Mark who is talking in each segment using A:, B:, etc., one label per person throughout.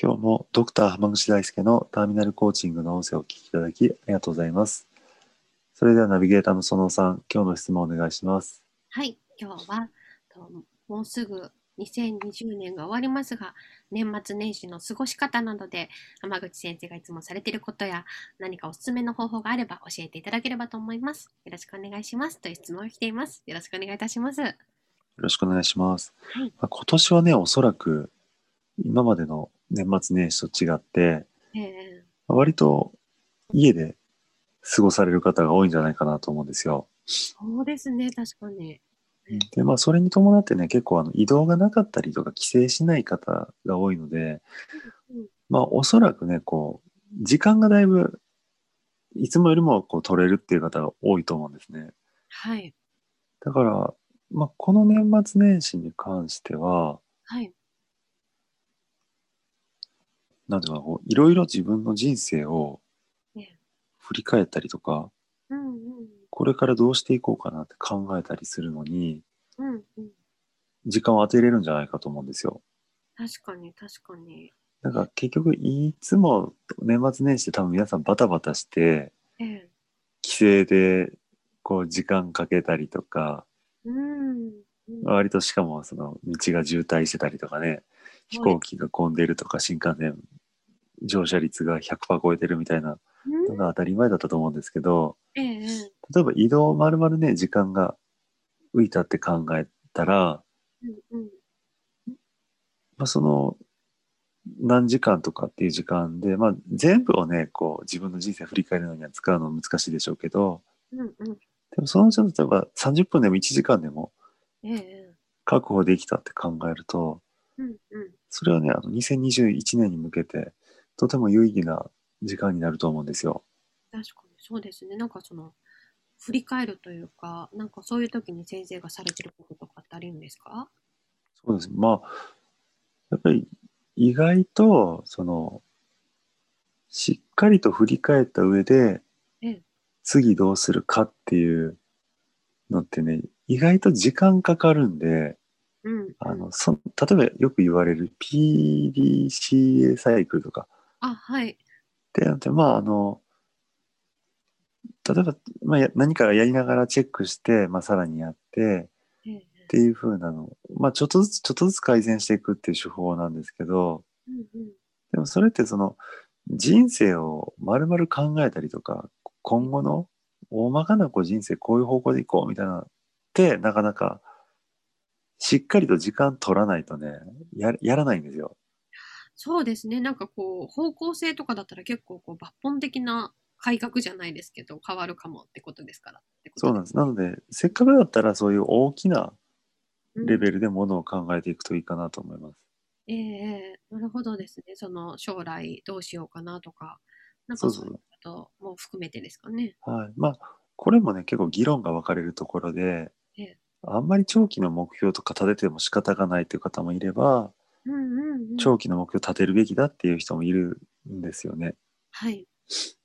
A: 今日もドクター浜口大輔のターミナルコーチングの音声をお聞きいただきありがとうございます。それではナビゲーターのそのさん、今日の質問お願いします。
B: はい今日はともうすぐ2020年が終わりますが年末年始の過ごし方などで浜口先生がいつもされていることや何かおすすめの方法があれば教えていただければと思いますよろしくお願いしますという質問が来ていますよろしくお願いいたしますは
A: よろしくお願いします。
B: い
A: まあ今年はね、おそらく今までの年末年始と違って、
B: えー
A: まあ割と家で過ごされる方が多いんじゃないかなと思うんですよ。
B: そうですね確かにうん
A: で、まあそれに伴ってね、結構あの移動がなかったりとか帰省しない方が多いので、まあ、おそらくね、こう、時間がだいぶ、いつもよりもこう取れるっていう方が多いと思うんですね。
B: はい
A: だから、まあ、この年末年始に関しては、
B: はい
A: なんていうのかなこういろいろ自分の人生を
B: ね
A: 振り返ったりとか、
B: うんうん
A: これからどうしていこうかなって考えたりするのに、
B: うんうん
A: 時間を当てれるんじゃないかと思うんですよ。
B: 確かに確かに
A: だから結局、いつも年末年始で多分皆さんバタバタして、
B: ええ
A: 帰省でこう時間かけたりとか、
B: うんうん
A: 割としかもその道が渋滞してたりとかね飛行機が混んでるとか新幹線乗車率が100%超えてるみたいな
B: う
A: の
B: ん
A: が当たり前だったと思うんですけど
B: ええええ
A: 例えば移動まるまるね時間が浮いたって考えたら、
B: うんうん
A: まあ、その何時間とかっていう時間で、まあ、全部をねこう自分の人生振り返るのには使うのは難しいでしょうけど
B: うんうん
A: でもそのうちの例えば30分でも1時間でも
B: ええ
A: 確保できたって考えると
B: うんうん
A: それはね、あの2021年に向けて、とても有意義な時間になると思うんですよ。
B: 確かにそうですねなんかその振り返るというかなんかそういう時に先生がされてることとかってあるんですか
A: そうです。まあ、やっぱり意外と、その、しっかりと振り返った上で
B: うん、
A: 次どうするかっていうのってね、意外と時間かかるんで、
B: うん
A: あの、そ例えばよく言われる PDCA サイクルとか、
B: あはい
A: で、なんてまあ、あの、例えば、まあ、や何かやりながらチェックして、まあ、さらにやって、
B: ええ
A: っていう風なの、まあ、ちょっとずつ、ちょっとずつ改善していくっていう手法なんですけど、
B: うんうん
A: でもそれってその、人生を丸々考えたりとか、今後の大まかなこう人生こういう方向でいこうみたいなのって、なかなか、しっかりと時間取らないとね、ややらないんですよ。
B: そうですねなんかこう方向性とかだったら結構こう抜本的な改革じゃないですけど変わるかもってことですからってこと
A: そうなんです。なので、せっかくだったらそういう大きな
B: うん
A: レベルでものを考えていくといいかなと思います。
B: ええええなるほどですね。その将来どうしようかなとか、なん
A: そう
B: か
A: そ
B: そうういうことも含めてですかね。
A: はい。まあ、これもね、結構議論が分かれるところで
B: ええ、
A: あんまり長期の目標とか立てても仕方がないという方もいれば、
B: うんうんうん。
A: 長期の目標を立てるべきだっていう人もいるんですよね。
B: はい。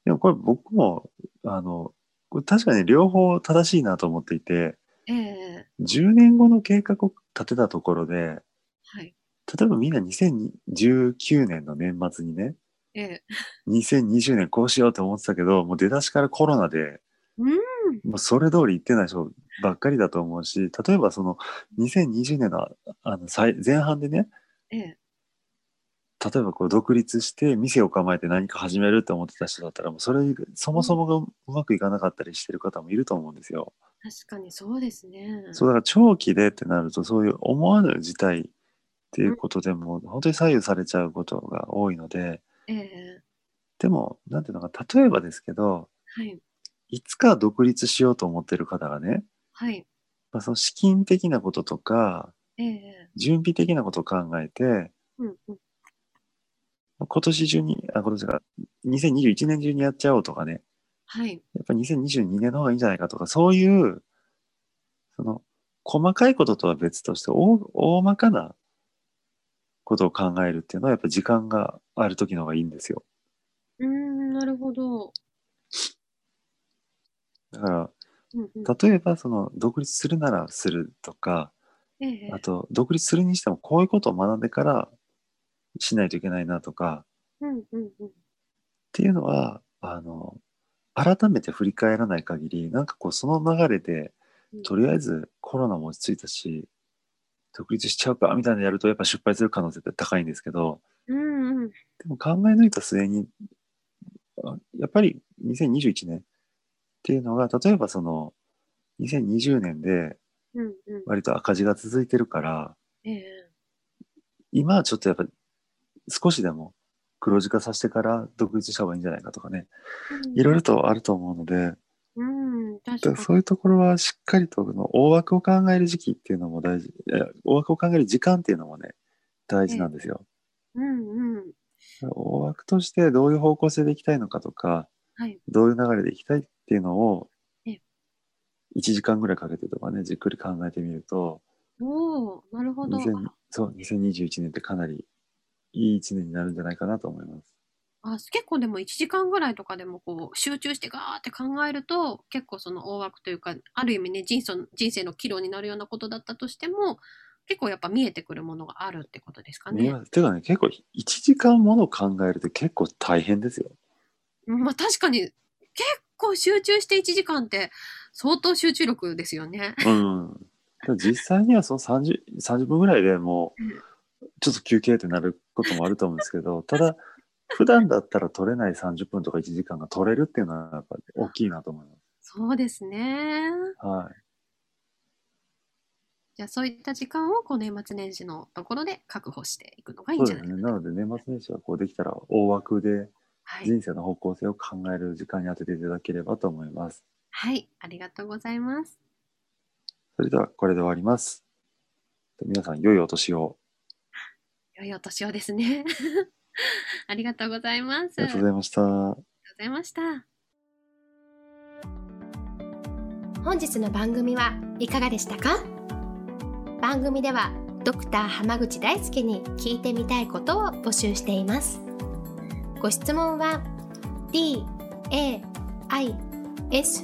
A: でもこれ僕も、あの、これ確かに両方正しいなと思っていて、
B: ええ
A: 10年後の計画を立てたところで、
B: はい。
A: 例えばみんな2019年の年末にね、
B: ええ
A: 2020年こうしようと思ってたけど、もう出だしからコロナで
B: うん。
A: もうそれ通り言ってない人ばっかりだと思うし、例えばその2020年のあの最前半でね、
B: ええ
A: 例えばこう独立して店を構えて何か始めるって思ってた人だったら、もうそれ、そもそもがうまくいかなかったりしてる方もいると思うんですよ。
B: 確かにそうですね。
A: そうだから長期でってなると、そういう思わぬ事態っていうことでも、本当に左右されちゃうことが多いので、
B: ええ
A: でも、なんていうのか、例えばですけど、
B: はい。
A: いつか独立しようと思ってる方がね、
B: はい。
A: まあ、その資金的なこととか、
B: ええ
A: 準備的なことを考えて、
B: うんうん
A: 今年中に、あ、今年か、2021年中にやっちゃおうとかね、
B: はい。
A: やっぱり2022年の方がいいんじゃないかとか、そういう、その、細かいこととは別として、大大まかなことを考えるっていうのは、やっぱ時間がある時の方がいいんですよ。
B: うーん、なるほど。
A: だから、
B: うんうん、
A: 例えば、その、独立するならするとか、
B: ええ
A: あと、独立するにしても、こういうことを学んでからしないといけないなとか、
B: うんうんうん。
A: っていうのは、あの、改めて振り返らない限り、なんかこう、その流れで
B: うん、
A: とりあえずコロナも落ち着いたし、独立しちゃうか、みたいなのやると、やっぱ失敗する可能性って高いんですけど、
B: うんうん。
A: でも考え抜いた末に、あやっぱり2021年っていうのが、例えばその、2020年で
B: うんうん。
A: 割と赤字が続いてるから、
B: ええ
A: 今はちょっとやっぱ少しでも黒字化させてから独立した方がいいんじゃないかとかね、いろいろとあると思うので、
B: うん、確
A: だ
B: か
A: から
B: に。
A: そういうところはしっかりとこの大枠を考える時期っていうのも大事いや大枠を考える時間っていうのもね大事なんですよ、
B: うんうん。
A: 大枠としてどういう方向性でいきたいのかとか
B: はい。
A: どういう流れでいきたいっていうのを
B: ええ
A: 1時間ぐらいかけてとかねじっくり考えてみると
B: おお、なるほど。
A: 2000そう2021年ってかなりいい1年になるんじゃないかなと思います
B: あ、結構でも1時間ぐらいとかでもこう集中してガーって考えると結構その大枠というかある意味ね人生の人生の岐路になるようなことだったとしても結構やっぱ見えてくるものがあるってことですか
A: 見え
B: ね。
A: ますてかね結構1時間ものを考えるって結構大変ですよ
B: うんまあ確かに結構集中して1時間って相当集中力ですよね。
A: うん、実際にはその 30, 30分ぐらいでもうちょっと休憩ってなることもあると思うんですけどただ普段だったら取れない30分とか1時間が取れるっていうのはやっぱり大きいなと思いま
B: そうですね。
A: す。はい、
B: じゃあそういった時間をこう年末年始のところで確保していくのがいい
A: そ
B: ん
A: う
B: じ
A: です
B: ゃな
A: ね
B: いかな。
A: なので年末年始はこうできたら大枠で
B: はい。
A: 人生の方向性を考える時間に当てていただければと思います。
B: はい、ありがとうございます。
A: それではこれで終わります。皆さん良いお年を。
B: 良いお年をですね。 ありがとうございます。
A: ありがとうございました。
B: ありがとうございました。
C: 本日の番組はいかがでしたか
B: 番組ではドクター濱口大輔に聞いてみたいことを募集していますご質問は d a i s